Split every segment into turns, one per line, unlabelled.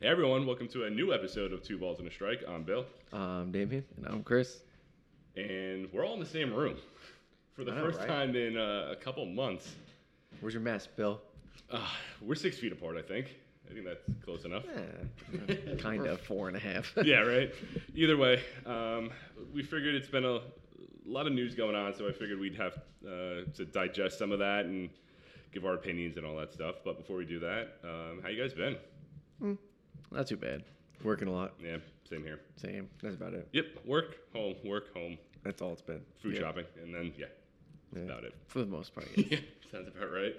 Hey everyone, welcome to a new episode of Two Balls and a Strike. I'm Bill,
Um, Damien, and I'm Chris.
and we're all in the same room for the
I know,
first
Oh, right?
time in uh, a couple months.
Where's your mask, Bill?
Uh, we're six feet apart, I think. I think that's close enough.
Eh, kind of four and a half.
yeah, right. Either way, um, we figured it's been a lot of news going on, so I figured we'd have uh, to digest some of that and give our opinions and all that stuff. But before we do that, um, how you guys been?
Not too bad. Working a lot.
Yeah, same here.
Same. That's about it.
Yep, work, home, work, home,
That's all it's been.
food
Yeah.
shopping, and then yeah, that's
Yeah.
about it.
For the most part. yeah.
yeah, sounds about right.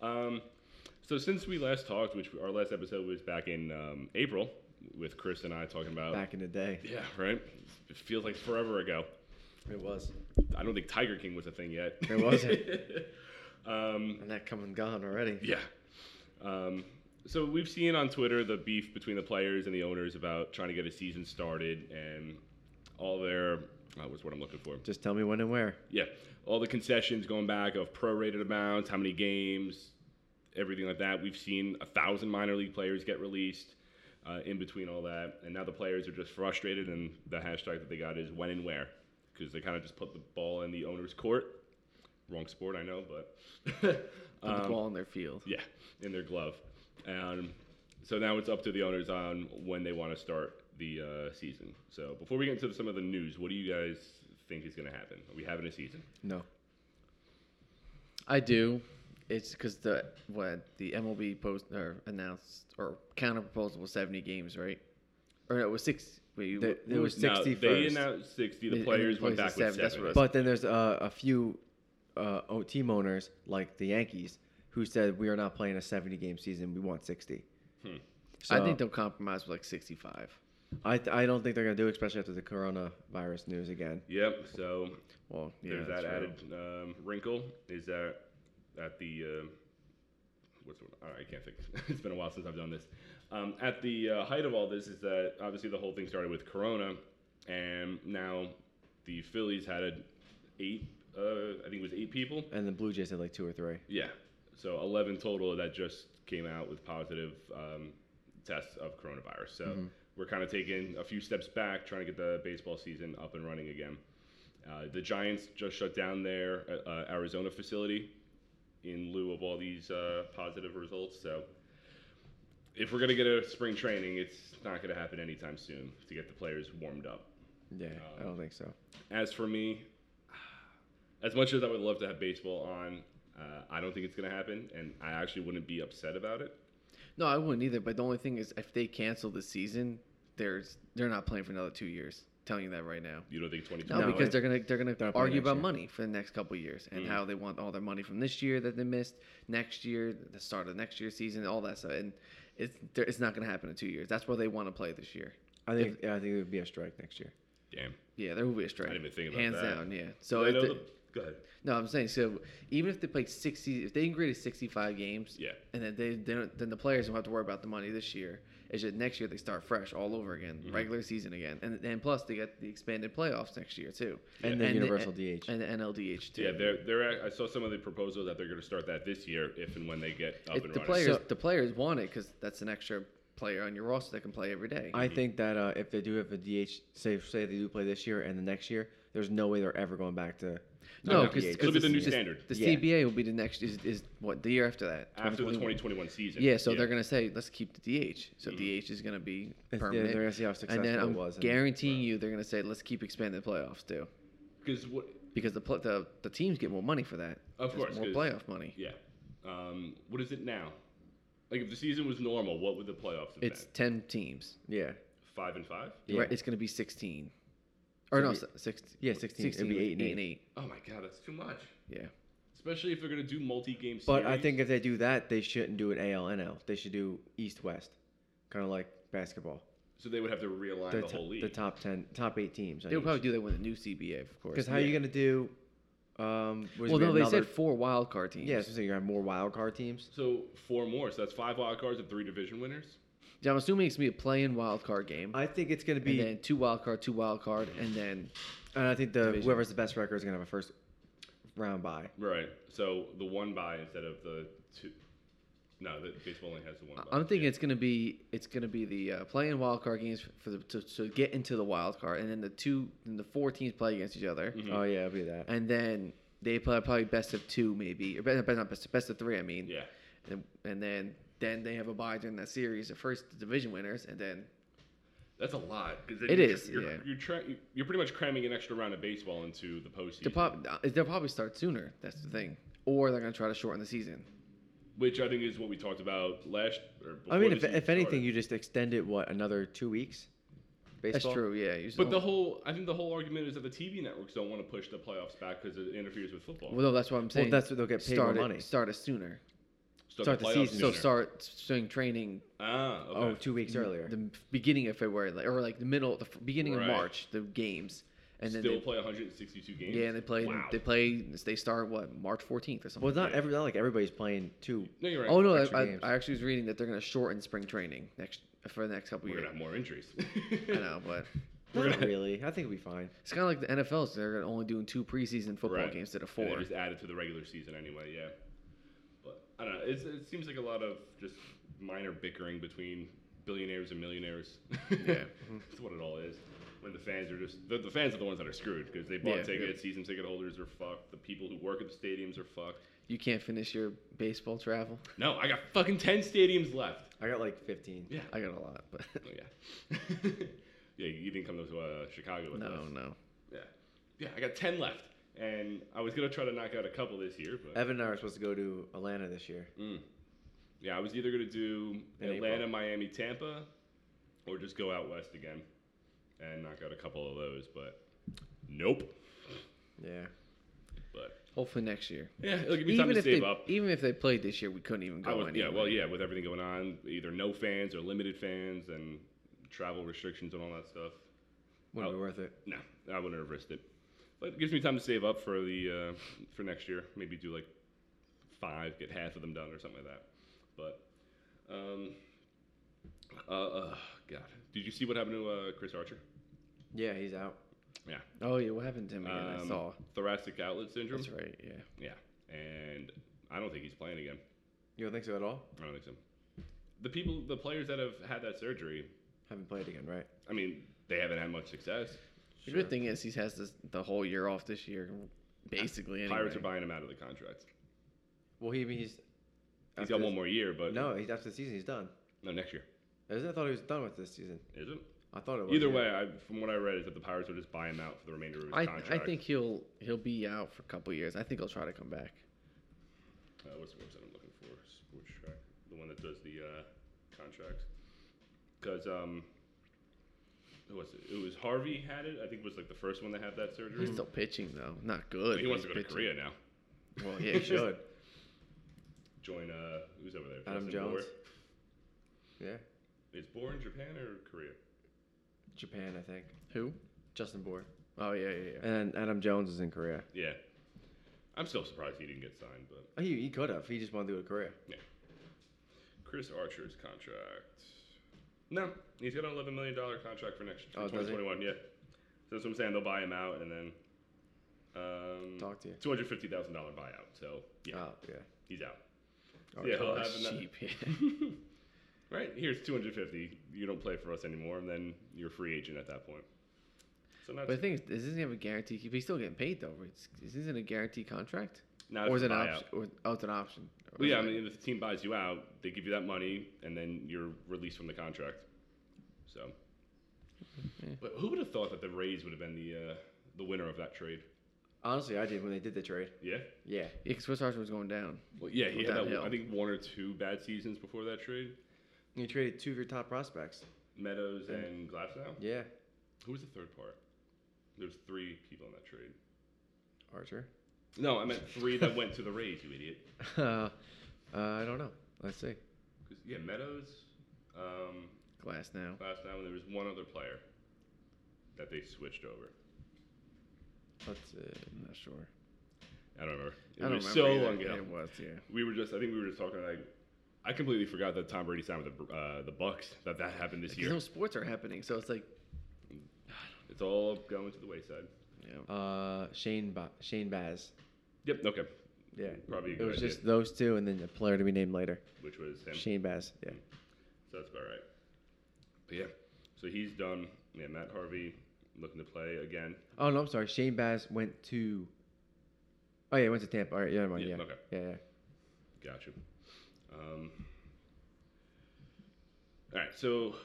Um, so since we last talked, which our last episode was back in um, April with Chris and I talking about.
Back in the day,
Yeah, right. It feels like forever ago.
it was.
I don't think Tiger King was a thing yet.
It wasn't.
um,
And that come and gone already.
yeah. Um, so we've seen on Twitter the beef between the players and the owners about trying to get a season started and all their. Uh, what's what I'm looking for?
Just tell me when and where.
Yeah, all the concessions going back of prorated amounts, how many games, everything like that. We've seen a thousand minor league players get released uh, in between all that, and now the players are just frustrated. And the hashtag that they got is when and where, because they kind of just put the ball in the owner's court. Wrong sport, I know, but
Put the
um,
ball in their field.
yeah, in their glove. And so now it's up to the owners on when they want to start the uh, season. So before we get into some of the news, what do you guys think is going to happen? Are we having a season?
No. I do. It's because the what the MLB post or announced or counter proposal was seventy games, right? Or no, it was six. Wait,
There- there was
No,
60
they
first.
announced 60. The
And- and
players
the
went
players
back
is
with
seven, that's
seven.
what it
But then there's uh, a few uh, o- team owners like the Yankees who said we are not playing a 70 game season. We want 60.
Hmm.
So
I think they'll compromise with like sixty-five. uh,
I, th- I don't think they're gonna do, it, especially after the coronavirus news again.
Yep. So
Well, yeah,
there's that
that's right.
added um, wrinkle. Is that at the uh, what's the word? All right, I can't think. it's been a while since I've done this. Um, at the uh, height of all this is that obviously the whole thing started with Corona, and now the Phillies had a eight. Uh, I think it was eight people.
And the Blue Jays had like two or three.
Yeah. So 11 total that just came out with positive um, tests of coronavirus. So we're kind of taking a few steps back, trying to get the baseball season up and running again. Uh, the Giants just shut down their uh, uh, Arizona facility in lieu of all these uh, positive results. So if we're going to get a spring training, it's not going to happen anytime soon to get the players warmed up
Yeah, I don't think so.
as for me, as much as I would love to have baseball on, uh, I don't think it's going to happen, and I actually wouldn't be upset about it.
No, I wouldn't either. But the only thing is, if they cancel the season, there's they're not playing for another two years. telling you that right now.
You don't think 2020?
No,
No,
because
it-
they're gonna they're gonna
they're not playing
argue
next
about
year. Hmm.
money for the next couple of years and how they want all their money from this year that they missed, next year, the start of next year's season, all that stuff. And it's there- it's not gonna happen in two years. That's why they want to play this year.
I think yeah, I think it would be a strike next year.
Damn.
Yeah, there will be a strike.
even think about
Hands
that.
down, yeah.
So
So if
know
the-
the, go ahead.
no, I'm saying so. Even if they played sixty, if they graded sixty-five games,
Yeah.
and then they, they don't, then the players don't have to worry about the money this year. It's just next year they start fresh all over again,
Mm-hmm.
regular season again, and and plus they got the expanded playoffs next year too,
And the universal DH.
and the NLDH too.
Yeah, they're, they're, at- I saw some of the proposals that they're going to start that this year if and when they get up and
If the
running.
players
So-
the players want it because that's an extra player on your roster that can play every day.
I think that uh, if they do have a DH, say say they do play this year and the next year, there's no way they're ever going back to
no,
to
because
DH.
It'll be the new standard.
The
Yeah.
CBA will be the next is, is what the year after that.
after the
2021.
2021 season.
Yeah, so they're gonna say let's keep the DH. So
Mm-hmm.
DH is gonna be
yeah,
permanent.
they're gonna see how
and then
successful it
I'm
was and-
guaranteeing you they're gonna say let's keep expanding the playoffs too,
Because what?
because the pl- the, the teams get more money for that.
Of
There's
course,
more
'cause-
playoff money.
Yeah. Um, what is it now? Like if the season was normal, what would the playoffs have
It's
been?
ten teams.
yeah,
Five and five.
Yeah.
Right, it's gonna be sixteen, or no,
it'd
six.
yeah, 16. It'd be
with
eight and
eight and eight.
Oh my god, that's too much.
Yeah.
Especially if they're going to do multi-game.
But I
series.
think if they do that, they shouldn't do an ALNL. They should do East West, kind of like basketball.
So they would have to realign the,
the, to-
whole league.
the top ten, top eight teams.
They'll probably do that with a new CBA, of course.
because how are you gonna do? Um, was
well,
it
no, they
another-
said four wild card teams.
yeah. So you're gonna have more wild card teams.
so four more. So that's five wild cards and three division winners.
Yeah, I'm assuming it's gonna be a play-in wild card game,
I think it's gonna
and
be,
then two wild card, two wild card, and then
and I think the
Division.
whoever's the best record is gonna have a first round bye.
Right. So the one by instead of the two. No, the baseball only has the one.
I-
bye.
I'm thinking
Yeah.
it's gonna be it's gonna be the uh, play in wild card games for the to, to get into the wild card, and then the two and the four teams play against each other,
Mhm.
Oh yeah, it'll be that.
and then they play probably best of two maybe or best, not best best of three. I mean,
Yeah.
and, and then then they have a bye during that series, the first division winners, and then
That's a lot. 'cause then
It
you're,
is,
You're,
yeah.
you're, tra- you're pretty much cramming an extra round of baseball into the postseason,
they'll, prob- uh, they'll probably start sooner. That's the thing, or they're gonna try to shorten the season.
which I think is what we talked about last. Or before
I mean,
the
if,
season
if anything,
started.
you just extend it what another two weeks.
That's
Baseball?
true. Yeah, you
But
saw-
the whole, I think the whole argument is that the TV networks don't want to push the playoffs back because it interferes with football.
well, no, that's what I'm saying.
that's what they'll get paid more
Start it-
money.
Start it sooner.
start the
playoffs
season.
So
sooner.
start doing training
Ah, okay.
Oh, two weeks earlier.
the beginning of February, like, or like the middle, the f- beginning
Right.
of March, the games, and then
Still
they,
play 162 games.
yeah, and they play,
Wow.
they play, they start what March 14th or something.
well, it's not
Yeah.
every not like everybody's playing two.
no, you're right.
oh no,
extra
I, I,
games.
I actually was reading that they're going to shorten spring training next for the next couple
we're
years.
gonna have more injuries.
I know, but
We're
Not
gonna-
really. I think it'll be fine.
it's kind of like the NFLs; they're only doing two preseason football
Right.
games instead of
And they
four.
just added to the regular season anyway. Yeah, but I don't know. It's, it seems like a lot of just minor bickering between billionaires and millionaires.
Yeah. Mm-hmm.
that's what it all is. When the fans are just the, the fans are the ones that are screwed because they bought
Yeah,
tickets, season ticket holders are fucked, the people who work at the stadiums are fucked.
You can't finish your baseball travel.
No, I got fucking ten stadiums left.
I got like 15.
Yeah,
I got a lot, but
oh, yeah, yeah. You didn't come to uh, Chicago with us.
no, no.
Yeah, yeah. I got ten left, and I was gonna try to knock out a couple this year, but
Evan and I are supposed to go to Atlanta this year.
Mm. Yeah, I was either gonna do
In
Atlanta,
April.
Miami, Tampa, or just go out west again and knock out a couple of those. But nope.
Yeah.
But
Hopefully next year.
yeah, it'll give me time
Even
to
if
save
they,
up.
even if they played this year, we couldn't even go.
I was, yeah,
anyway.
well, yeah, with everything going on, either no fans or limited fans and travel restrictions and all that stuff.
Wouldn't
Oh.
be worth it.
No, I wouldn't have risked it. But it gives me time to save up for the uh, for next year. Maybe do like five, get half of them done or something like that. But um, uh, uh, God, did you see what happened to uh, Chris Archer?
Yeah, he's out.
Yeah,
Oh yeah, what happened to him again? I
Um,
saw.
thoracic outlet syndrome.
That's right. Yeah.
Yeah, and I don't think he's playing again.
You don't think so at all?
I don't think so. The people, the players that have had that surgery,
Haven't played again, right?
I mean, they haven't had much success.
The good thing is he has this, the whole year off this year, basically. Anyway.
Pirates are buying him out of the contract.
Well, he he's.
He's
after
got one
this-
more year, but
No, he's after the season. He's done.
no next year,
Isn't- I thought he was done with this season.
is it?
I thought it was.
Either
yeah.
way, I, from what I read, is that the Pirates would just buy him out for the remainder of his
I,
contract.
I think he'll he'll be out for a couple years. I think he'll try to come back.
Uh, what's the website I'm looking for? Sports Track, the one that does the uh, contracts. Because um, who was it? It was Harvey had it. I think was like the first one to have that surgery.
He's still pitching though, not
But
good.
he
but
wants to go
he's
to Korea
pitching.
now.
Well, yeah, he should.
Join uh, who's over there?
Adam
Justin Bohr?
Jones. Yeah.
Is Bohr in Japan or Korea?
Japan, I think.
Who?
Justin Bohr.
Oh yeah, yeah, yeah.
And Adam Jones is in Korea.
Yeah. I'm still surprised he didn't get signed, but
Oh, he, he could have. He just wanted to do it in Korea.
Chris Archer's contract. No, he's got an eleven million dollar contract for next for
Oh, does
twenty
he?
twenty one. Yeah, so that's what I'm saying. They'll buy him out, and then um,
Talk to you.
two hundred fifty thousand dollar buyout. So yeah,
Oh, yeah.
he's out.
Oh,
yeah, he'll
Oh,
have
it's
another-
cheap. Yeah.
right here's two hundred fifty. You don't play for us anymore, and then you're a free agent at that point. So not
But the thing is, doesn't he have a guarantee? But he's still getting paid though. It's, isn't it a guarantee contract?
not
or is
a
it an
buyout.
option? Or, oh, it's an option.
Well, yeah, I mean, if the team buys you out, they give you that money, and then you're released from the contract. So,
Yeah.
but who would have thought that the Rays would have been the uh, the winner of that trade?
Honestly, I did when they did the trade.
Yeah.
Yeah.
because Swiss Archer was going down.
Well, yeah, he had that,
Downhill.
I think one or two bad seasons before that trade.
You traded two of your top prospects.
Meadows
Yeah.
and Glasnow.
Yeah.
Who was the third part? There was three people in that trade.
Archer.
No, I meant three that went to the Rays. You idiot.
uh, I don't know. Let's see.
'Cause, yeah, Meadows, um,
Glass now.
Glasnow, and there was one other player that they switched over.
Let's uh,
I'm not sure.
I don't remember. It
I don't
was
remember
so
either.
long ago.
It was yeah.
We were just. I think we were just talking. Like, I completely forgot that Tom Brady signed with the Br- uh, the Bucks. That that happened this
Because no
year.
sports are happening, so it's like
It's all going to the wayside.
you know,
uh Shane ba- Shane Baz.
Yep. Okay.
Yeah.
Probably a
It
good
was
idea,
just those two, and then a player to be named later.
which was him.
Shane Bass. Yeah.
So that's about right. But yeah, so he's done. Yeah, Matt Harvey looking to play again.
Oh no, I'm sorry. Shane Bass went to. Oh yeah, he went to Tampa. All right, yeah, never mind.
Yeah,
Yeah, yeah,
okay.
yeah.
Gotcha. Um, all right. So,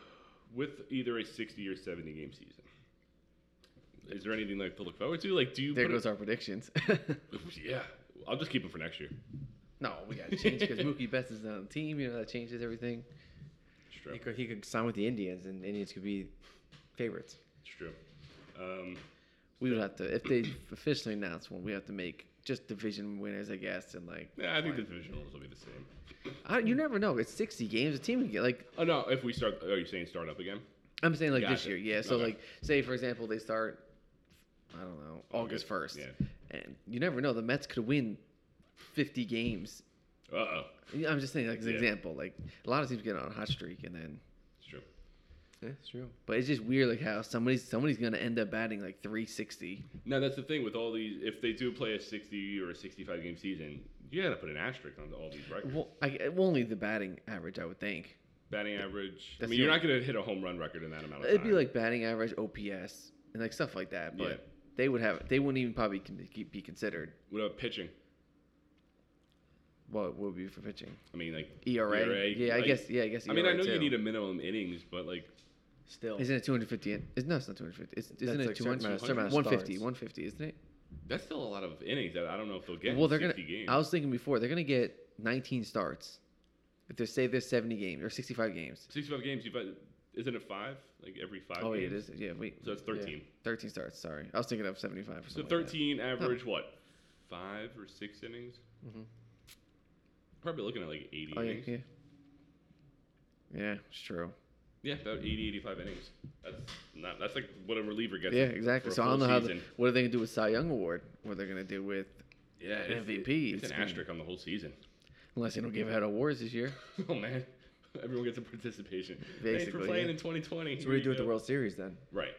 with either a 60 or 70 game season, is there anything like to look forward to? Like, do you?
There
put
goes
it-
our predictions.
yeah, I'll just keep them for next year.
no, we got to change because Mookie Betts is not on the team. You know that changes everything.
It's true.
He could he could sign with the Indians, and Indians could be favorites.
It's true. Um,
We would have to if they officially announce one. We have to make just division winners, I guess, and like
yeah, I think the divisionals will be the same.
I, you never know. It's sixty games. A team can get like
Oh no, if we start, are you saying start up again?
I'm saying like this
Gotcha.
year, yeah. So
Okay.
like say for example they start, I don't know, August first,
Yeah.
and you never know. The Mets could win fifty games.
Uh oh,
I'm just saying like as an
Yeah.
example, like a lot of teams get on a hot streak and then.
it's true.
Yeah, it's true.
But it's just weird, like how somebody's somebody's gonna end up batting like 360.
Now that's the thing with all these. If they do play a 60 or a 65 game season, you gotta put an asterisk on all these records.
Well, I, well, only the batting average, I would think.
Batting average. I
That's
mean,
the
you're
only-
not gonna hit a home run record in that amount of time.
It'd be like batting average, OPS, and like stuff like that. But
Yeah.
they would have, they wouldn't even probably con- be considered
what about pitching?
what it would be for pitching.
I mean, like
ERA. E yeah,
E like-
I guess. Yeah, I guess.
I mean, I
ERA
know you
too.
need a minimum innings, but like,
Still,
Isn't it 250? in- It's, no, it's not 250. It's, isn't
That's
it
like certain
200?
amount of- certain amount of
150.
starts.
150, isn't it?
that's still a lot of innings that I don't know if they'll get.
well, they're
in
gonna.
60 Games.
I was thinking before they're gonna get 19 starts. If they say there's 70 games or 65 games.
65 games. You've had- isn't it five? Like every five.
Oh, yeah, it
games?
is. Yeah, Oh, wait.
So that's 13.
13 starts. Sorry, I was thinking of 75 or
So
something. like that.
13 average what? Five or six innings.
Mhm.
Probably looking at like 80
Mm-hmm. Oh yeah,
innings.
yeah. Yeah, it's true.
Yeah, about 80, 85 innings. That's not. That's like what a reliever gets.
yeah,
for
exactly.
a
So I
full
don't know how. The,
season.
what are they gonna do with Cy Young Award? What are they gonna do with?
yeah, it's-
MVP,
It's,
it's
an
been-
asterisk on the whole season.
Unless they don't give out awards this year.
Oh man, everyone gets a participation. Thanks for
Basically,
playing
yeah.
in 2020.
so what do you do
with
with the World Series then?
Right.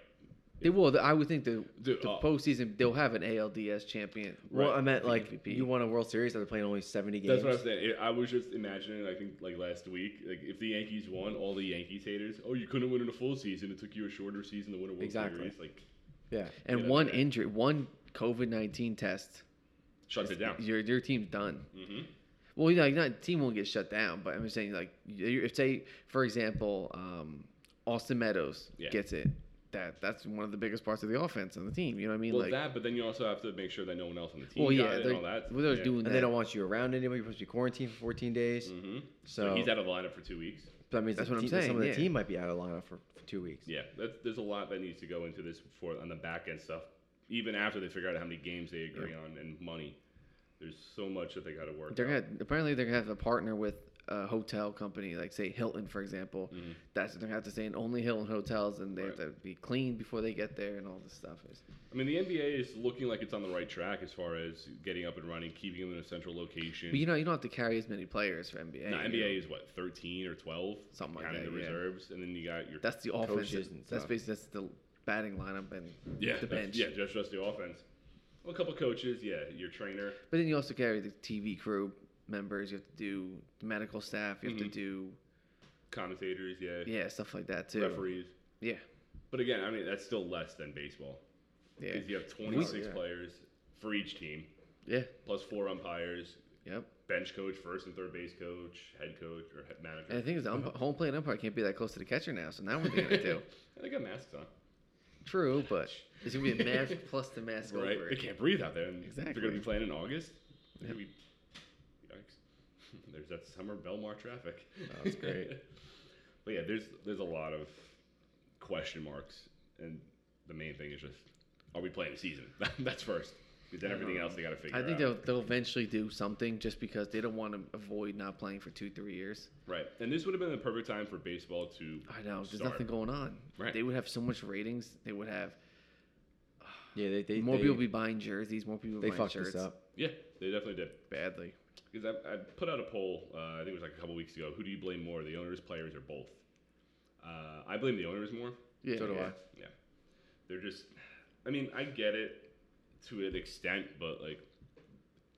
They will. I would think the,
Dude,
the
oh.
postseason they'll have an ALDS champion.
Right.
Well, I meant
The
like
MVP.
you won a World Series after playing only 70 games.
That's what I was saying. It- I was just imagining. I think like last week, like if the Yankees won, all the Yankees haters, oh, you couldn't win in a full season. It took you a shorter season to win a World
Exactly.
Series. Like
Yeah.
And
Yeah,
one
yeah.
injury, one COVID nineteen test,
shuts it down.
your your team's done.
hmm
Well, you know, like not team won't get shut down, but I'm just saying like you- if say for example, um, Austin Meadows
Yeah.
gets it. That that's one of the biggest parts of the offense on the team. You know what I mean?
Well,
like,
that, but then you also have to make sure that no one else on the team
well,
got
yeah,
it
they're,
and all that.
well, they're
yeah.
doing
And
that.
they don't want you around anymore. You're supposed to be quarantined for 14 days.
Mhm. So,
So,
he's out of the lineup for two weeks.
that means
That's
the
what I'm
team- that
saying,
Some of the
yeah.
team might be out of lineup for, for two weeks.
Yeah, that's, there's a lot that needs to go into this for on the back end stuff. Even after they figure out how many games they agree on and money, there's so much that they got to work.
They're
out.
gonna apparently they're gonna have to partner with a hotel company, like say Hilton, for example. That's they're gonna have to stay in only Hilton hotels, and they have to be clean before they get there, and all this stuff. It's-
I mean, the NBA is looking like it's on the right track as far as getting up and running, keeping them in a central location.
But you know, you don't have to carry as many players for NBA.
no,
you know?
NBA is what 13 or 12,
Something like
counting
that,
the
yeah.
reserves, and then you got your
That's the offense.
Coaches and
That's
stuff.
basically that's the batting lineup and
yeah,
the
that's-
bench.
yeah, just just the offense. Well, a couple coaches, yeah, your trainer.
But then you also carry the TV crew members. You have to do the medical staff. You have
Mhm.
to do
commentators, yeah,
yeah stuff like that too.
referees.
Yeah,
But again, I mean, that's still less than baseball
yeah,
because you have 26
yeah.
players for each team,
yeah.
plus four umpires,
Yep.
bench coach, first and third base coach, head coach, or head manager.
And the thing is, the ump- home plate umpire can't be that close to the catcher now. So now what are they gonna do?
And they got masks on,
True, but it's gonna be a mask plus the mask
right?
over.
They
it.
can't breathe out there. And They're going
Exactly.
to be playing in August. They're gonna be- Yikes. There's that summer Belmar traffic.
Oh,
That's great.
but yeah, there's there's a lot of question marks, and the main thing is just, are we playing the season? That's first. Because then everything else they got to figure
Uh-huh. I think
out.
they'll they'll eventually do something just because they don't want to avoid not playing for two three years.
Right, and this would have been the perfect time for baseball to.
I know there's
start.
nothing going on.
Right.
They would have so much ratings. They would have
Yeah, they, they,
more
they,
people be buying jerseys. More people
they
buying
fucked
shirts
this up.
Yeah, they definitely did
badly.
because I, I put out a poll. Uh, I think it was like a couple weeks ago. Who do you blame more, the owners, players, or both? Uh, I blame the owners more.
Yeah,
so do
yeah.
I.
Yeah, they're just. I mean, I get it to an extent, but like,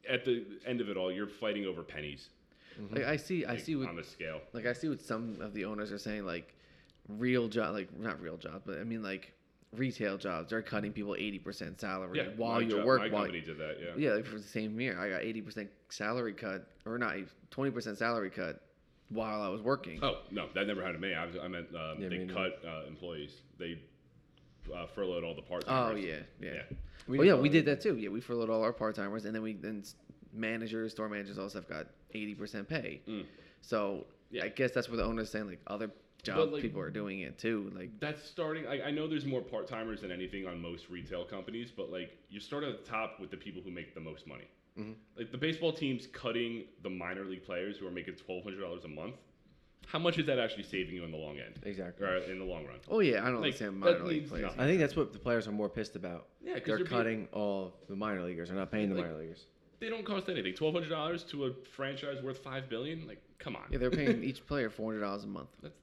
at the end of it all, you're fighting over pennies Mm-hmm.
Like I see, I
like,
see what
on the scale.
like I see what some of the owners are saying, like real job, like not real jobs, but I mean like retail jobs. They're cutting people eighty percent salary
Yeah, my
while you're
job- my
working. While,
company did that. Yeah.
yeah, like for the same year, I got eighty percent salary cut, or not twenty percent salary cut while I was working.
Oh no, that never happened to me. I, was, I meant um,
Yeah,
they
me neither.
cut uh, employees. They uh, furloughed all the part
Oh
timers.
yeah, yeah.
Yeah.
We
well,
did
yeah,
all
we
that.
did that too. Yeah, we furloughed all our part timers, and then we then s- managers, store managers, all that stuff got eighty percent pay.
Mm.
So
Yeah.
I guess that's what the owners saying. Like other job
But, like-
people are doing it too. Like
That's starting. I, I know there's more part timers than anything on most retail companies, but like you start at the top with the people who make the most money.
Mm-hmm.
Like the baseball team's cutting the minor league players who are making twelve hundred dollars a month. How much is that actually saving you in the long end
Exactly.
or uh, in the long run?
oh yeah, I don't
Like,
understand
that
minor league
means
players.
nothing.
I think that's what the players are more pissed about.
Yeah, because
They're cutting all of the minor leaguers. They're not paying the
Like-
minor leaguers.
they don't cost anything. Twelve hundred dollars to a franchise worth five billion. Like, come on.
Yeah, they're paying each player four hundred dollars a month.
that's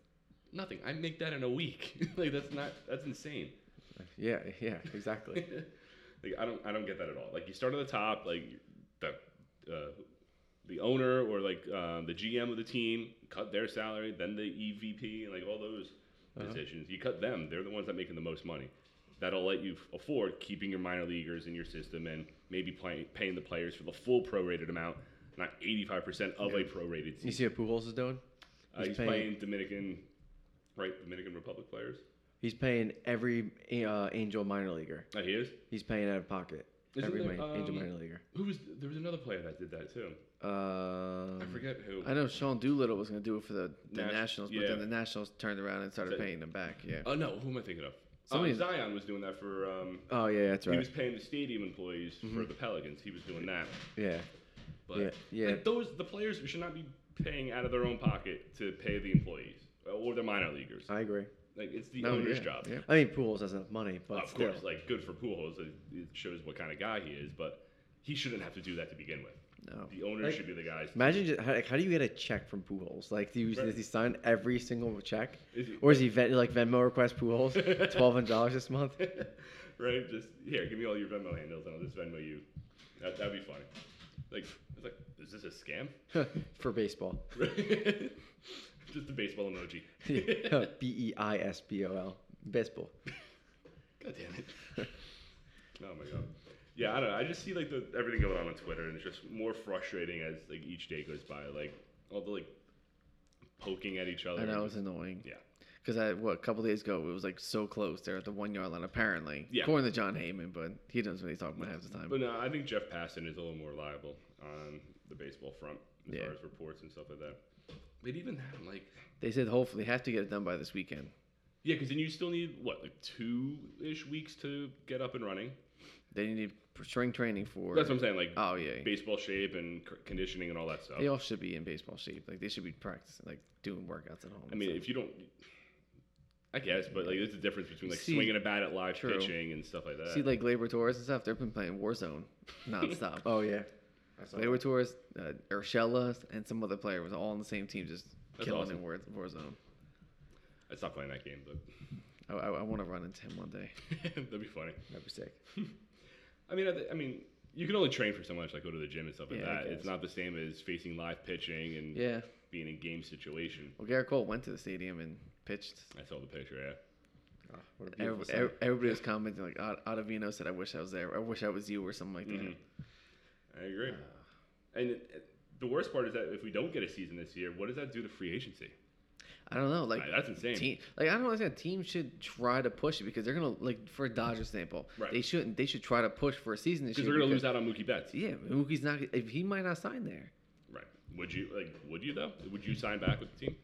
nothing. I make that in a week. like that's not that's insane.
Yeah, yeah, exactly.
like I don't I don't get that at all. Like you start at the top, like the uh, the owner or like um, the GM of the team cut their salary, then the EVP and like all those positions. You cut them; they're the ones that making the most money. That'll let you f- afford keeping your minor leaguers in your system and maybe playing paying the players for the full prorated amount, not eighty five percent of a prorated. Season.
you see what Pujols is doing?
Uh, he's
paying-
playing Dominican, right? Dominican Republic players.
He's paying every uh, Angel minor leaguer.
Uh, he is.
He's paying out of pocket.
Isn't
every
there,
min- Angel
um,
minor leaguer.
Who was there was another player that did that too.
Um,
I forget who.
I know Sean Doolittle was going to do it for the, the
Nas-
Nationals, but
yeah.
then the Nationals turned around and started
So-
paying them back. Yeah.
Oh no, who am I thinking of?
Somebody-
um, Zion was doing that for. Um,
Oh yeah, that's
He
right.
was paying the stadium employees for the Pelicans. He was doing that.
yeah,
But
Yeah, yeah.
like, those the players should not be paying out of their own pocket to pay the employees or their minor leaguers.
I agree.
Like it's the
No,
owner's
Oh, yeah,
job.
yeah.
I mean, Pujols has enough money, but
of
still.
course, like good for Pujols. It it shows what kind of guy he is, but he shouldn't have to do that to begin with.
No.
The owner
Like-
should be the guys.
Imagine just, how, like, how do you get a check from Pujols? Like, do you,
Right.
does he sign every single check,
Is he-
or is he vet, like Venmo request Pujols twelve hundred dollars this month?
right? Just here, give me all your Venmo handles, and I'll just Venmo you. That that'd be funny. Like, it's like, is this a scam?
for baseball.
just the baseball emoji.
B e i s b o l baseball.
God damn it. oh my god. Yeah, I don't know. I just see like the everything going on on Twitter, and it's just more frustrating as like each day goes by. Like all the like poking at each other.
I
and
know it's
just-
annoying
yeah.
because I what a couple days ago it was like so close. They're at the one yard line apparently,
Yeah.
according to John Heyman, but he doesn't really talk about half the time.
But no, I think Jeff Passan is a little more liable on the baseball front as
Yeah.
far as reports and stuff like that. But even that, like,
They said hopefully have to get it done by this weekend.
yeah, because then you still need what like two ish weeks to get up and running.
They need spring training for.
That's what I'm saying. Like
Oh yeah,
baseball shape and c- conditioning and all that stuff.
they all should be in baseball shape. Like they should be practicing, like doing workouts at home.
I
and
mean,
stuff.
if you don't, I guess, but like, there's a difference between like
See-
swinging a bat at live
True.
pitching and stuff like that.
see like Labor Torres and stuff, they've been playing Warzone nonstop.
Oh yeah.
Labor Torres, uh, Urshela, and some other player was all on the same team, just
That's
killing
awesome.
in War, Warzone.
I stopped playing that game, but
I, I, I want to run into him one day.
that'd be funny.
That'd be sick.
I mean, I, th- I mean, you can only train for so much, like go to the gym and stuff like
Yeah, I
that. It's
guess.
not the same as facing live pitching and
Yeah.
being in game situation.
Well, Garrett Cole went to the stadium and pitched.
I saw the picture. Yeah,
Oh, what a beautiful
Every,
sight.
ev- everybody was commenting like, "Ad- Ottavino said, "I wish I was there. I wish I was you," or something like that. Mm-hmm.
Mhm. I agree.
Ah.
and it, it- the worst part is that if we don't get a season this year, what does that do to free agency?
I don't know. Like
Uh, that's insane.
Team, like I don't understand. Teams should try to push it because they're gonna like for a Dodger sample.
Right.
They shouldn't. They should try to push for a season this
Because
year.
they're going to lose out on Mookie Betts.
Yeah, Mookie's not. If he might not sign there,
Right? Would you like? Would you though? Would you sign back with the team?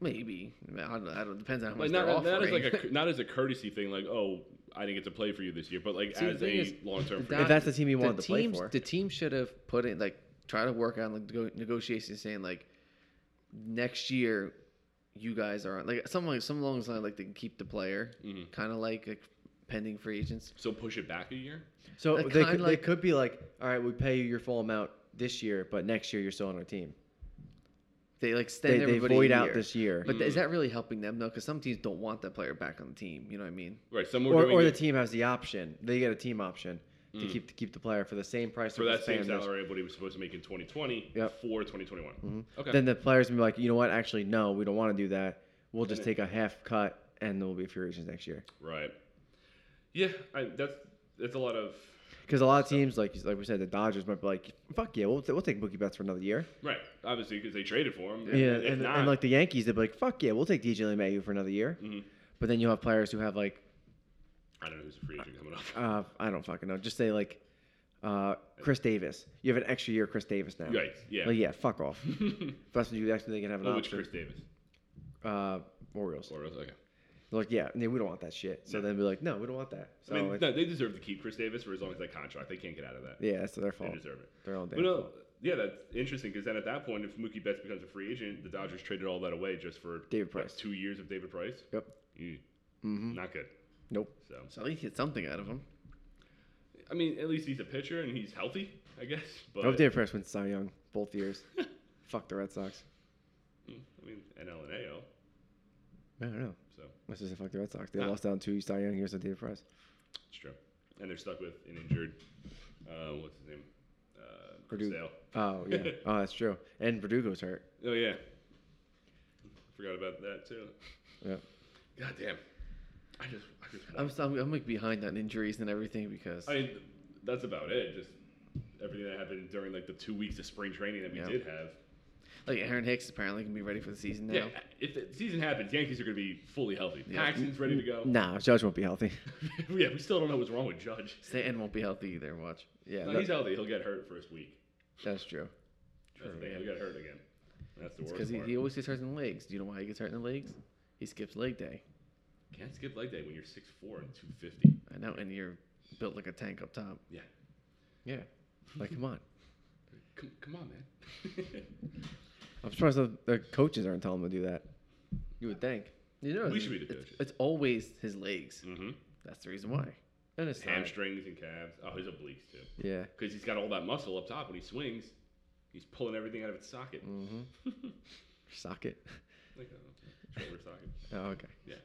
maybe. I, mean, I don't know. I don't, depends on how much
like not,
they're
not,
offering.
not as like a not as a courtesy thing like oh I didn't get to play for you this year but like
See, the
as
thing
a
is,
long term
the
free
If that's the team he wanted to play
teams-
for.
The team should have put in like try to work on like nego- negotiations, saying like next year you guys are on like something like some along the line like they can keep the player,
Mhm.
kind of like, like pending free agents.
so push it back a year
So
Like,
they
kinda
could,
like-
they could be like, all right, we pay you your full amount this year, but next year you're still on our team.
They like
They,
extend
they
everybody a
void out
year.
this year,
But
Mm-hmm.
th- is that really helping them though? Because some teams don't want that player back on the team. You know what I mean?
right some were
or,
doing
or the
it- Mm.
team has the option. They get a team option. to keep to keep the player for the same price
for
of
that
the
same
fan does.
salary of what he was supposed to make in 2020
Yep. Mm-hmm.
for 2021. Okay.
Then the players will be like, you know what? Actually, no, we don't want to do that. We'll just
And
take a half cut, and there will be furious next year.
right. Yeah, I, that's that's a lot of
Because a lot of teams, like like we said, the Dodgers might be like, fuck yeah, we'll, we'll take Mookie Betts for another year.
right. Obviously, because they traded for him.
Yeah,
if
and,
not-
and like the Yankees, they'd be like, fuck yeah, we'll take DJ LeMayu for another year.
Mhm.
But then you have players who have like,
I don't know who's a free agent coming up.
uh, I don't fucking know, just say like uh, Chris Davis. You have an extra year, of Chris Davis now.
Right. Yeah.
Like yeah, fuck off. If That's what you actually think can have an
oh, which
option.
Chris Davis?
Uh, Orioles.
Or, okay.
They're like yeah, no, we don't want that shit. So then be like, no, we don't want that. So
I mean,
it's-
no, they deserve to keep Chris Davis for as long as that contract. They can't get out of that.
Oh, yeah, it's their
They
fault.
deserve it.
Their own damn
But no,
fault.
yeah, that's interesting because then at that point, if Mookie Betts becomes a free agent, the Dodgers traded all that away just for
David
what,
Price.
two years of David Price.
Yep.
Mm,
Mm-hmm.
Not good.
Nope.
So,
So at least get something out of him.
I mean, at least he's a pitcher and he's healthy, I guess. But
I hope David Price wins Cy Young both years. fuck the Red Sox.
Mm, I mean, NL and AL.
I don't know.
So
Let's just say fuck the Red Sox. They
Ah.
lost down two Cy Young years to David Price.
it's true. And they're stuck with an injured, uh, what's his name? Uh, Chris
Purdue.
Sale.
Oh yeah. oh, that's true. And Verdugo's hurt.
Oh yeah. Forgot about that too.
Yeah.
God damn. I just, I just.
I'm so, I'm like behind on injuries and everything because
I mean, that's about it. Just everything that happened during like the two weeks of spring training that we
Yeah.
did have.
like Aaron Hicks apparently can be ready for the season now.
Yeah, if the season happens, Yankees are going to be fully healthy.
Yeah.
Paxton's ready to go.
Nah, Judge won't be healthy.
yeah, we still don't know what's wrong with Judge.
Stanton won't be healthy either. Watch.
Yeah,
No,
that-
he's healthy. He'll get hurt first week.
that's true.
That's the
True,
thing.
yeah.
He'll get hurt again. That's the worst
Because he,
part.
he always gets hurt in the legs. Do you know why he gets hurt in the legs? He skips leg day.
Can't skip leg day when you're 6'4 and 250.
I know, and you're built like a tank up top.
Yeah.
Yeah. Like, come on.
Come, come on, man.
I'm surprised the, the coaches aren't telling him to do that. You would think.
You know,
We
it's-
should be the
it's,
coaches.
it's always his legs.
mm-hmm.
That's the reason why.
And it's not.
Hamstrings and calves. Oh, his obliques, too.
Yeah.
Because he's got all that muscle up top when he swings. He's pulling everything out of its socket.
Mm-hmm. Socket.
Like, uh, shoulder socket.
Oh, okay.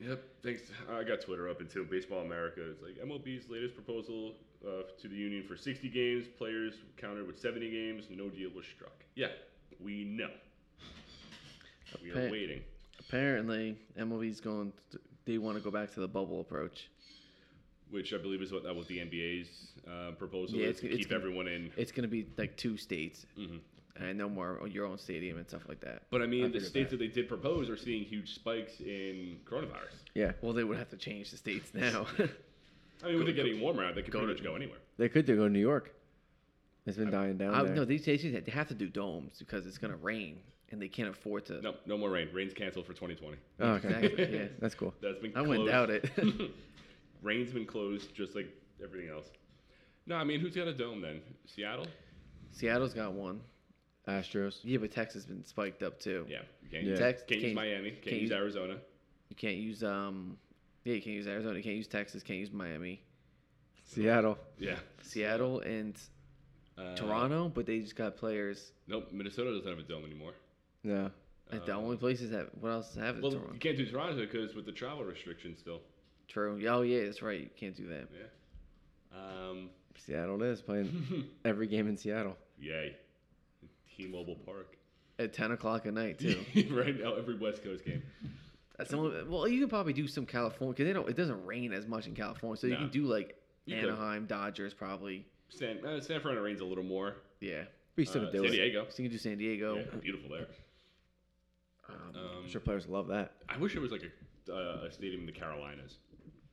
Yep. Thanks. I got Twitter up until Baseball America. It's like MLB's latest proposal uh, to the union for 60 games. Players countered with 70 games. No deal was struck. Yeah, we know. We are
Okay.
waiting.
Apparently, MLB's going. To, they want to go back to the bubble approach.
Which I believe is what that was the NBA's uh, proposal
Yeah,
is
it's-
to
it's
keep
gonna-
everyone in.
It's going to be like two states
Mhm.
and no more your own stadium and stuff like that.
But I mean,
I
the
figured
states that. they did propose are seeing huge spikes in coronavirus.
Yeah.
Well, they would have to change the states now.
I mean, with it getting warmer out, they could
go
pretty
to-
much go anywhere.
They could do go to New York. It's been dying down
I,
there.
no, these states they have to do domes because it's going to rain and they can't afford to.
No, no more rain. Rain's canceled for 2020.
oh, okay.
Exactly. Yeah.
That's cool.
That's been.
I wouldn't
closed.
doubt it.
Rain's been closed, just like everything else. No, I mean, who's got a dome then? Seattle?
Seattle's got one.
Astros.
Yeah, but Texas has been spiked up too.
Yeah, you can't,
Yeah.
Use,
Tex-
can't use
can't-
Miami. Can't,
can't
use
use-
Arizona.
You can't use um. Yeah, you can't use Arizona. You can't use Texas. Can't use Miami.
Seattle.
Yeah.
Seattle and
Uh,
Toronto, but they just got players.
Nope. Minnesota doesn't have a dome anymore.
No.
Like, the only places that what else have is
uh, Well,
Toronto.
you can't do Toronto because with the travel restrictions still.
True. Yeah, Oh yeah, that's right. You can't do that.
Yeah. Um.
Seattle is playing every game in Seattle.
Yay. T-Mobile Park.
At ten o'clock at night too.
right now, every West Coast game.
That's the only. Well, you can probably do some California because they don't. It doesn't rain as much in California, so you
No.
can do like
You could.
Anaheim Dodgers probably.
San uh, San Fernando rains a little more.
Yeah,
We still
Uh,
could do
San
it.
Diego.
so you can do San Diego.
Yeah, beautiful there.
Um,
Um,
I'm sure players love that.
I wish there was like a, uh, a stadium in the Carolinas.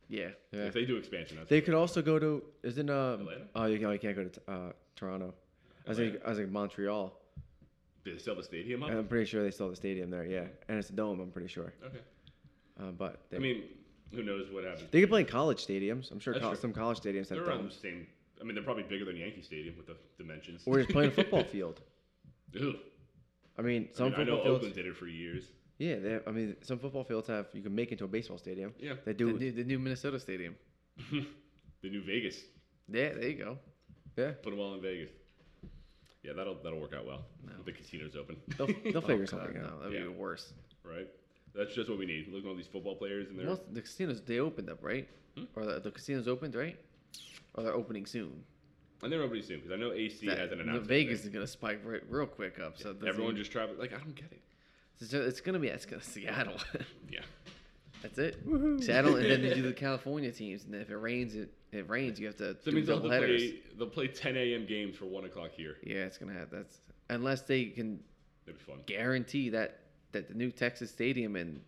yeah.
Yeah.
If they do expansion, that's
They could also go to isn't uh
Atlanta?
oh you, oh, you can't go to t- uh, Toronto. I was like I was like Montreal.
Did they sell the stadium up?
And I'm pretty sure they still have the stadium there. Yeah, and it's a dome. I'm pretty sure.
okay.
Uh, but they,
Mm-hmm. I mean, who knows what happens?
they could play in college stadiums. I'm sure
That's
col-
true.
some college stadiums
They're
have
around the
domes.
same. I mean, they're probably bigger than Yankee Stadium with the dimensions.
Or just play in a football field.
Ew.
I mean,
I,
some
mean, I know
football fields.
Oakland did it for years.
Yeah, they have, I mean, some football fields have you can make into a baseball stadium.
Yeah.
They
The
do.
new, the new Minnesota stadium.
The new Vegas.
Yeah, there you go.
yeah,
Put them all in Vegas. Yeah, that'll that'll work out well.
No.
With The casinos open,
they'll, they'll
Oh,
figure
God,
something out.
No, that'd
Yeah.
be worse.
right? That's just what we need. Look at all these football players and they're Hmm?
Most, the casinos they opened up, right? Or the, the casinos opened, right? Or they're opening soon.
And they're opening soon because I know AC
That-
has an
the
announcement.
Vegas
today.
is gonna spike right, real quick up. So it doesn't
Everyone
even-
just traveled. Like I don't get it.
it's, ju- it's gonna be it's gonna Seattle.
Yeah.
That's it. Seattle, and then they do the California teams, and if it rains, it it rains. You have
So
to
it
do
means they'll,
double
they'll
headers.
play they'll play 10 a.m. games for one o'clock here.
Yeah, it's gonna have that's unless they can
That'd be fun.
guarantee that that the new Texas stadium and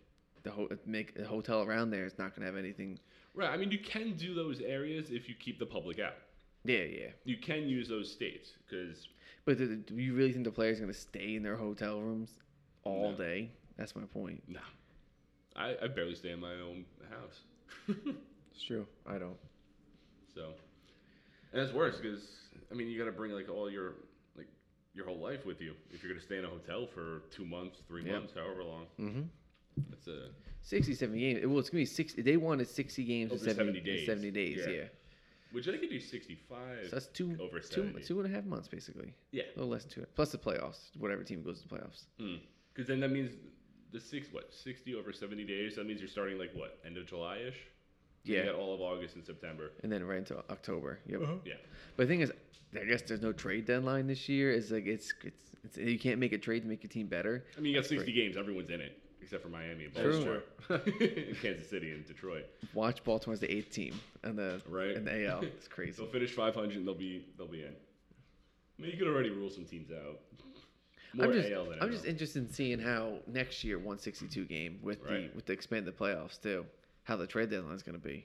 the ho- make the hotel around there is not gonna have anything.
Right. I mean, you can do those areas if you keep the public out.
Yeah, yeah.
You can use those states because
But do, do you really think the players are gonna stay in their hotel rooms all
No.
day? That's my point.
no, I, I barely stay in my own house.
It's true. I don't.
so, and it's worse because I mean you got to bring like all your like your whole life with you if you're gonna stay in a hotel for two months, three
Yeah.
months, however long.
Mm-hmm.
That's a
60, 70 games. Well, it's gonna be six. They wanted sixty games in
Over
70,
70
in
days.
Seventy days.
Yeah.
Yeah.
which I could do 65.
So that's two,
Over
two,
70.
two and a half months basically.
yeah,
A little less than two. Plus the playoffs. Whatever team goes to the playoffs.
because then that means the six what 60 over 70 days. That means you're starting like what end of July ish.
Yeah.
you got all of August and September.
And then right into October. Yep.
Yeah.
But the thing is, I guess there's no trade deadline this year. It's like it's it's, it's you can't make a trade to make your team better.
I mean, you got 60
great.
games. Everyone's in it except for Miami and Baltimore,
True.
Kansas City and Detroit.
Watch Baltimore's the eighth team and the
Right.
and the AL. It's crazy.
They'll finish 500 and they'll be they'll be in. I mean, you could already rule some teams out. More
I'm just
AL than
I'm
NL.
just interested in seeing how next year 162 game with
Right.
the with the expanded playoffs too. How the trade deadline is going to be.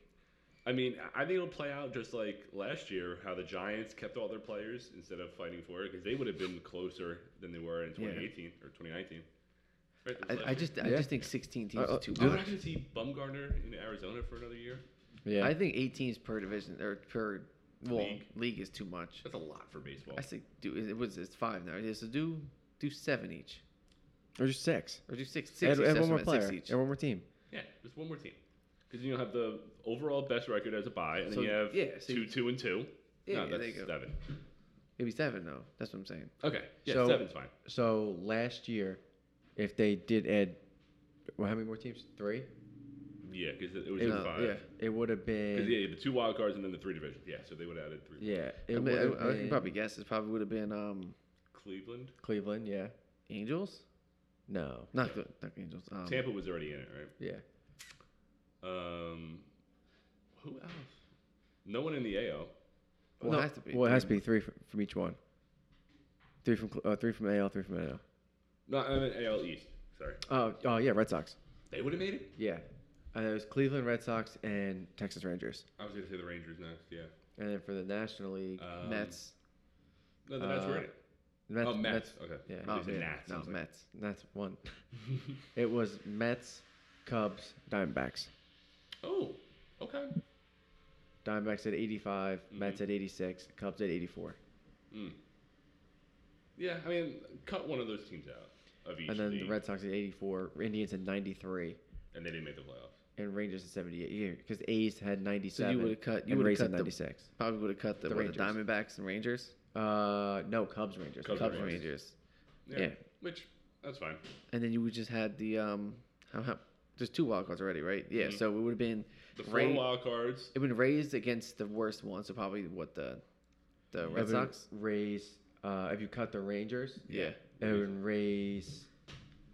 I mean, I think it'll play out just like last year, how the Giants kept all their players instead of fighting for it because they would have been closer than they were in 2018 or 2019. Right, that was
I, I
last
just I
Yeah.
just think 16 teams
Uh, uh,
is too
year.
do
Oh,
much.
I can see Bumgarner in Arizona for another year.
Yeah.
I think eight teams per division or per well, league,
League.
is too much.
That's a lot for baseball.
I think do it was it's five now. Yeah, So do do seven each
or just six.
or do six
Add-
six.
add
each, that's
one
what
more
I meant,
player.
six each.
And one more team.
Yeah, just one more team. Because you have the overall best record as a bye, and
So,
then you have
yeah, so
two,
you-
two, and two.
Yeah,
no,
yeah,
that's
there you go.
seven.
Maybe seven though. That's what I'm saying.
Okay, yeah,
So-
seven's fine.
So last year, if they did add, well, how many more teams? Three.
Yeah, because it, it was
It-
in
no,
five.
yeah.
It would have been.
Because yeah, the two wild cards and then the three divisions. Yeah, so they would have added three.
Yeah, it
I, mean,
would
I,
have
I can
been
probably guess it probably would have been um,
Cleveland,
Cleveland. Yeah,
Angels,
no,
not the not the Angels. Um,
Tampa was already in it, right?
yeah,
Um, who else? No one in the AO.
Well,
No,
it has to be.
Well, it has to
three.
be three from, from each one. Three from Cl- uh, three from AL, three from NL.
No, I mean AL East. Sorry,
Oh, oh yeah, Red Sox.
they would have made it.
Yeah, uh, it was Cleveland Red Sox and Texas Rangers,
I was gonna say the Rangers next. Yeah.
and then for the National League,
Um,
Mets.
No, the Mets were in it.
the Mets,
oh, Mets. Okay.
yeah.
I
Oh,
thought you said
yeah,
Nats. I
no,
was like,
Mets.
That's one. it was Mets, Cubs, Diamondbacks.
Oh, okay.
Diamondbacks at 85, Mets
Mhm.
at 86, Cubs at 84,
Mm. Yeah, I mean, cut one of those teams out of each
and then the
league,
Red Sox at 84, Indians at 93.
and they didn't make the playoffs.
and Rangers at 78 yeah, because A's had
So
97
you would have cut. You
and
would
Rays
have
at
cut the
96.
probably would have cut the,
The
what, the
Rangers.
Diamondbacks and Rangers,
Uh, no, Cubs Rangers.
Cubs,
Cubs,
Rangers.
Rangers,
Yeah.
Yeah.
Which that's fine.
and then you would just had the um, how, how, there's two wild cards already, right? Yeah.
Mm-hmm.
Mhm.
So it would have been
The four
Ray-
wild cards.
it would have raised against the worst one. So probably what the the Red
It would've
Sox.
raised, uh, if you cut the Rangers,
Yeah.
it would raise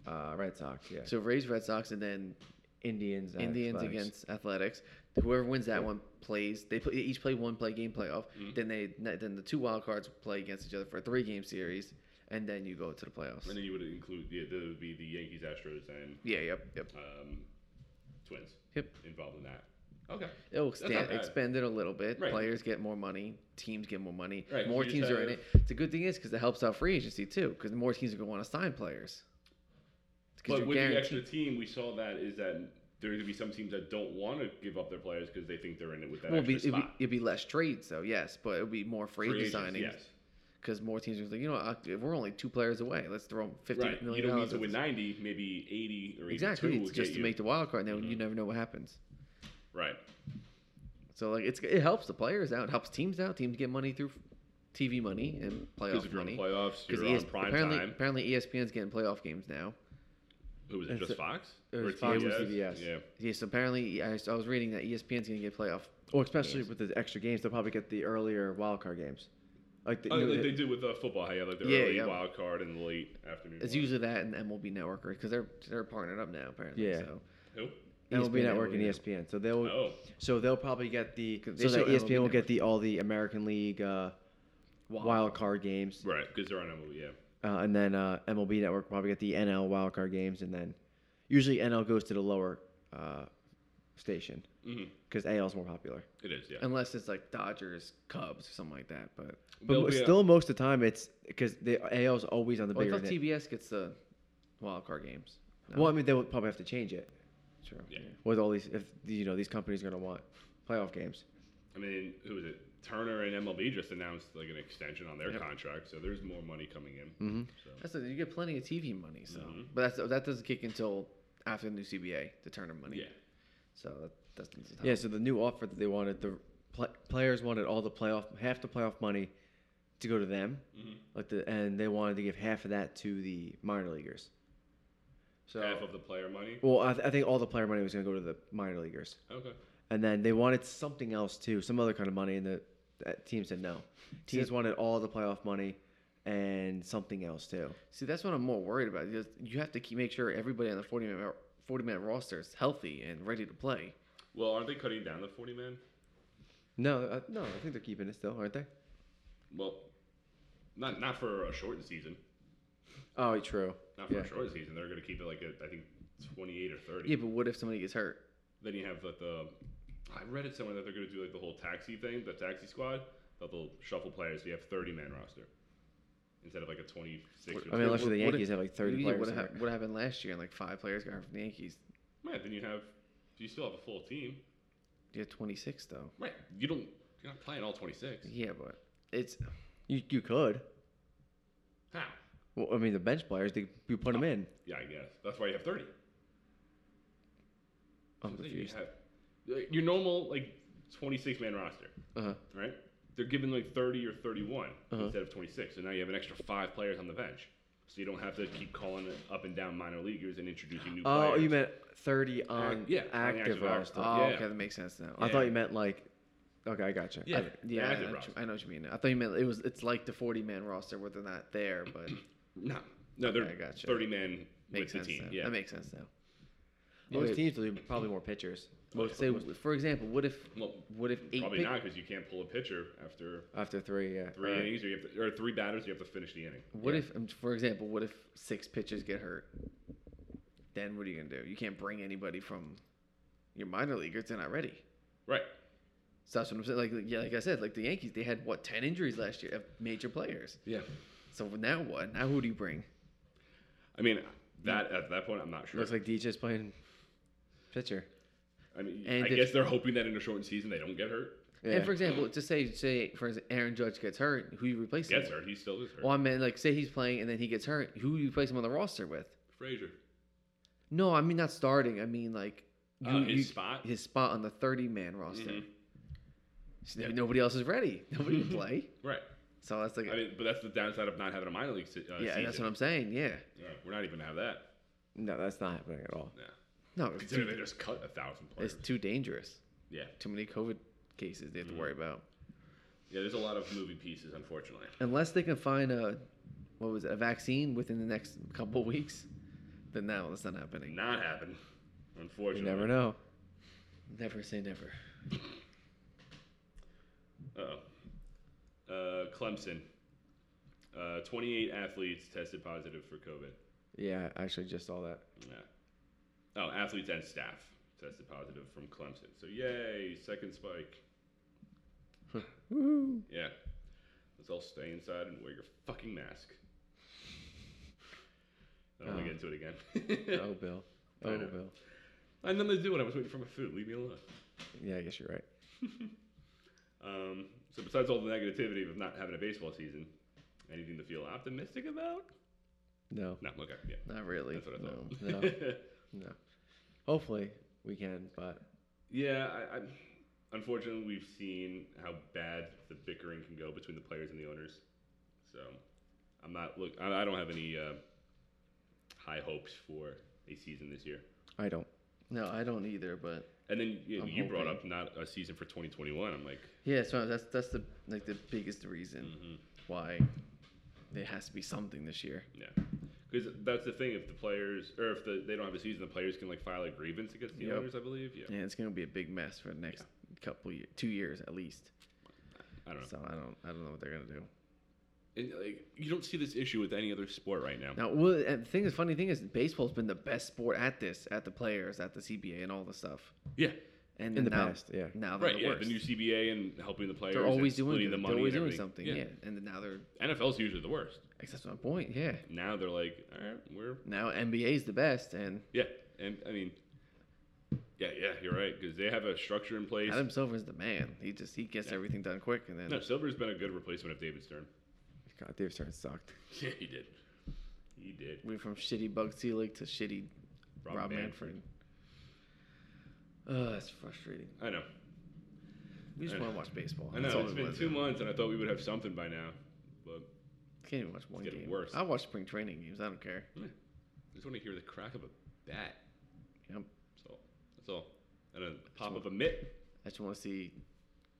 uh, Red Sox. Yeah.
So raise Red Sox and then
Indians.
Indians
Athletics.
against Athletics. Whoever wins that one plays. They play, each play one play game playoff.
Mm-hmm.
Mhm.
Then they then the two wild cards play against each other for a three game series, and then you go to the playoffs.
And then you would include yeah, there would be the Yankees, Astros, and
yeah, yep, yep,
um, Twins
yep.
involved in that. Okay.
It'll
not
expand,
bad.
expand it a little bit.
Right.
Players get more money. Teams get more money.
Right,
More
you
teams are in
have-
it. The good thing is because it helps out free agency too. Because more teams are going to want to sign players. 'Cause
But
you're
with the
guaranteed-
extra team, we saw that is that there are going to be some teams that don't want to give up their players because they think they're in it with that
well, it'd be,
extra
it'd, be,
spot.
it'd be less trades though, yes, but it'd be more free,
Free
agent
agents,
signings.
yes.
because more teams are like, you know, what, I- we're only two players away. Let's throw fifty
Right.
million
You don't need
dollars.
to
at
win
this-
90, maybe 80 or 82
exactly,
will
it's just
get
to
you. Mm-hmm.
make the wild card. Now you never know what happens.
Right.
So like, it's it helps the players out, it helps teams out. Teams get money through TV money and
Because
playoff
if you're in the
money.
playoffs, you're
ES
on prime
apparently,
time.
apparently E ESPN's getting playoff games now.
Who was it?
It's
Just
a-
Fox?
it was Fox and
TBS?
CBS.
Yeah.
E Yeah, so apparently I, I was reading that ESPN's gonna get playoff
Well, especially with the extra games, they'll probably get the earlier wild card games. Like the,
Oh,
you know,
like
the-
they do with uh, football. How you have like the
Yeah,
early
yeah.
wild card and the late afternoon.
It's
one.
usually that and MLB Network because they're they're partnered up now apparently.
Yeah.
So
Who?
MLB
ESPN,
Network and E
MLB.
ESPN. So they'll
Oh,
so they'll probably get the E
Because they
so
show
that ESPN will
MLB
get the all the American League uh, wild card games,
right, because they're on MLB. Yeah.
uh, and then uh, MLB Network will probably get the NL wild card games, and then usually NL goes to the lower uh, station
hmm
because AL is more popular.
It is. Yeah.
Unless it's like Dodgers, Cubs, or something like that. But
But
There'll be a-
still, most of the time it's because the AL is always on the
oh, I
bigger.
thought
net.
TBS gets the wild card games. No,
Well, I mean they would probably have to change it
true.
Yeah.
with all these if you know these companies are going to want playoff games.
I mean, who is it? Turner and MLB just announced like an extension on their
Yep.
contract, so there's more money coming in.
Mm-hmm.
So
That's it. You get plenty of TV money. So,
Mhm.
but that's that doesn't kick until after the new CBA, the Turner money.
yeah,
So that, that's the time.
Yeah, so the new offer that they wanted, the pl- players wanted all the playoff, half the playoff money to go to them,
Mhm.
like the, and they wanted to give half of that to the minor leaguers. So,
half of the player money.
well, I, th- I think all the player money was going to go to the minor leaguers,
Okay.
and then they wanted something else too, some other kind of money, and the that team said no. Teams wanted all the playoff money and something else too.
See, that's what I'm more worried about. Because you have to keep, make sure everybody on the 40 man 40 man roster is healthy and ready to play.
Well, aren't they cutting down the 40 man?
No, uh, no, I think they're keeping it still, aren't they?
Well, not not for a shortened season.
Oh, true.
Not for
Yeah.
a shortened season. They're going to keep it like at, I think 28 or 30.
Yeah, but what if somebody gets hurt?
Then you have like the. I read it somewhere that they're going to do like the whole taxi thing, the taxi squad. That they'll shuffle players. you have 30 man roster instead of like a 26.
What-
or
I mean, unless
what-
the
what if-
Yankees have like thirty
yeah,
players.
what,
in there.
hap- what happened last year? And like five players got hurt from the Yankees.
Right, then you have. You still have a full team.
You had 26 though.
Right. You don't. You're not playing all 26.
Yeah, but it's
You you could.
How?
Well, I mean, the bench players, they, you put them
Oh,
in.
Yeah, I guess. That's why you have 30.
I'm
So you
confused.
have- like, your normal like 26 man roster,
Uh-huh.
right? They're giving like 30 or 31
Uh-huh.
instead of 26. So now you have an extra five players on the bench. So you don't have to keep calling it up and down minor leaguers and introducing new
Oh,
players.
you meant 30 on
yeah, on the
active
active
roster.
roster.
oh,
yeah.
okay, that makes sense now.
I
Yeah.
thought you meant like, okay, I gotcha.
Yeah,
I-
the
Yeah, I,
active
know,
roster.
I know what you mean. I thought you meant it was. It's like the 40 man roster where they're not there, but
No, no, they're
Okay, I gotcha.
30 man
makes
with
sense.
the team.
now.
Yeah,
That makes sense now.
Most
Okay.
teams will be probably more pitchers
Most-
Say, for example, what if
Well,
what if eight
probably
pick-
not because you can't pull a pitcher after
after three. Yeah.
three
Or-
innings or you have to, or three batters. You have to finish the inning.
What
Yeah.
if, um, for example, what if six pitchers get hurt? Then what are you gonna do? You can't bring anybody from your minor leaguers; they're not ready.
Right.
So that's what I'm saying. Like, yeah, like I said, like the Yankees, they had what ten injuries last year of major players.
Yeah.
So now what? Now who do you bring?
I mean, that at that point, I'm not sure.
Looks like DJ's playing pitcher.
I mean,
And
I
if-
guess they're hoping that in a shortened season they don't get hurt.
Yeah.
And for example, just say say for example, Aaron Judge gets hurt, who you replace him
Gets
with?
hurt. He still is hurt.
Well, I mean, like say he's playing and then he gets hurt, who you replace him on the roster with?
Frazier.
No, I mean not starting. I mean like
Uh,
you-
his
you-
spot?
his spot on the thirty man roster.
Mhm.
So Nobody else is ready. Nobody can play.
Right.
So that's like
I mean, but that's the downside of not having a minor league. se- Uh,
yeah,
season.
that's what I'm saying. Yeah,
Yeah, we're not even gonna have that.
No, that's not happening at all.
Yeah.
no, it's
Considering
too,
they just cut a thousand players.
it's too dangerous.
yeah.
Too many COVID cases they have to worry
Mm-hmm.
about.
Yeah. There's a lot of moving pieces, unfortunately.
Unless they can find a what was it a vaccine within the next couple weeks, then no, that's not happening.
Not happen.
You
Unfortunately.
never know.
Never say never.
Uh-oh. Uh, Clemson. Uh, 28 athletes tested positive for COVID.
Yeah, I actually just saw that.
Yeah. Oh, athletes and staff tested positive from Clemson. So yay, second spike.
Woo!
Yeah. Let's all stay inside and wear your fucking mask. I don't want
Oh.
to get into it again.
Oh, Bill.
I
Oh,
know.
Bill.
I had nothing to do when I was waiting for my food. Leave me alone.
Yeah, I guess you're right.
Um, so besides all the negativity of not having a baseball season, anything to feel optimistic about?
No,
No, okay, yeah.
Not really.
That's what I
no.
thought.
no, no. Hopefully we can, but
yeah, I, I, unfortunately, we've seen how bad the bickering can go between the players and the owners. So I'm not look. I, I don't have any uh, high hopes for a season this year.
I don't.
No, I don't either. But
And then you,
I'm
you brought up
hoping.
not a season for 2021. I'm like,
yeah, so that's that's the like the biggest reason
mhm,
why there has to be something this year.
yeah, because that's the thing. If the players or if the, they don't have a season, the players can like file a grievance against the
Yep.
owners. I believe. Yeah.
Yeah, it's gonna be a big mess for the next couple years, two years at least.
I don't know.
So I don't I don't know what they're gonna do.
And, like, you don't see this issue with any other sport right now.
Now, well, and the thing is, funny thing is, baseball's been the best sport at this, at the players, at the CBA, and all the stuff.
Yeah.
And
In the
now,
past, yeah.
now they're
Right.
the
Yeah.
worst.
The new CBA and helping the players.
they're
and
always doing
splitting
it.
the money.
they're always
and
doing something.
everything.
Yeah. and then now they're
NFL's usually the worst.
that's my point. Yeah,
Now they're like, all right, we're
now NBA's the best, and
yeah, and I mean, yeah, yeah, you're right because they have a structure in place.
Adam Silver's the man. He just he gets
Yeah.
everything done quick, and then
No, Silver's been a good replacement of David Stern.
God, Dave Stern sucked.
Yeah, he did. He did.
we're from shitty Bug Selig to shitty Rob, Manfred. Ugh, it's frustrating.
I know.
We just
I
want to watch baseball.
I
That's
know.
all
It's
it
been
was.
two months, and I thought we would have something by now, but
Can't even watch one
getting
game.
worse.
I watch spring training games. I don't care.
I just want to hear the crack of a bat.
Yep.
That's all. That's all. And a pop of a mitt.
I just want to see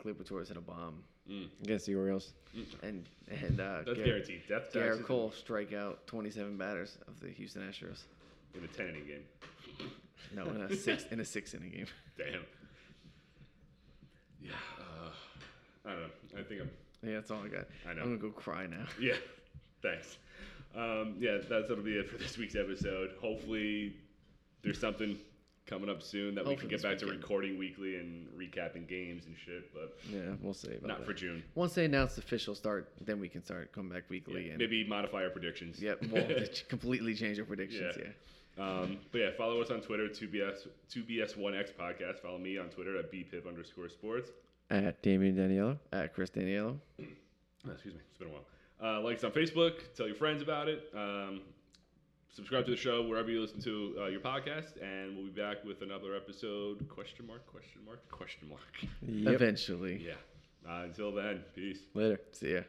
Gleyber hit a bomb
Mm.
Against the Orioles.
and and uh,
That's
Garrett,
guaranteed. Death taxes
Garrett Cole strike out 27 batters of the Houston Astros.
in a ten inning game.
No, in a six in a six inning game.
Damn. Yeah. Uh, I don't know. I think I'm.
Yeah, that's all I got.
I know.
I'm gonna go cry now.
Yeah. Thanks. Um, yeah, that's that'll be it for this week's episode. Hopefully, there's something coming up soon that we can
Hopefully
get
this
back to
weekend.
recording weekly and recapping games and shit. But
Yeah, we'll see about
not
that.
for June.
Once they announce the official start, then we can start come back weekly and
Maybe modify our predictions.
yep, we'll ch- completely change our predictions. Yeah.
Yeah. Um, but yeah, follow us on Twitter, 2BS, 2BS1X podcast. Follow me on Twitter at bpip underscore sports.
At Damien Daniello.
At Chris Daniello,
Uh, excuse me, it's been a while. Uh, like us on Facebook, tell your friends about it. Um, subscribe to the show wherever you listen to uh, your podcast, and we'll be back with another episode. Question mark, question mark, question mark.
Yep.
eventually.
Yeah. Uh, until then, peace.
Later.
See ya.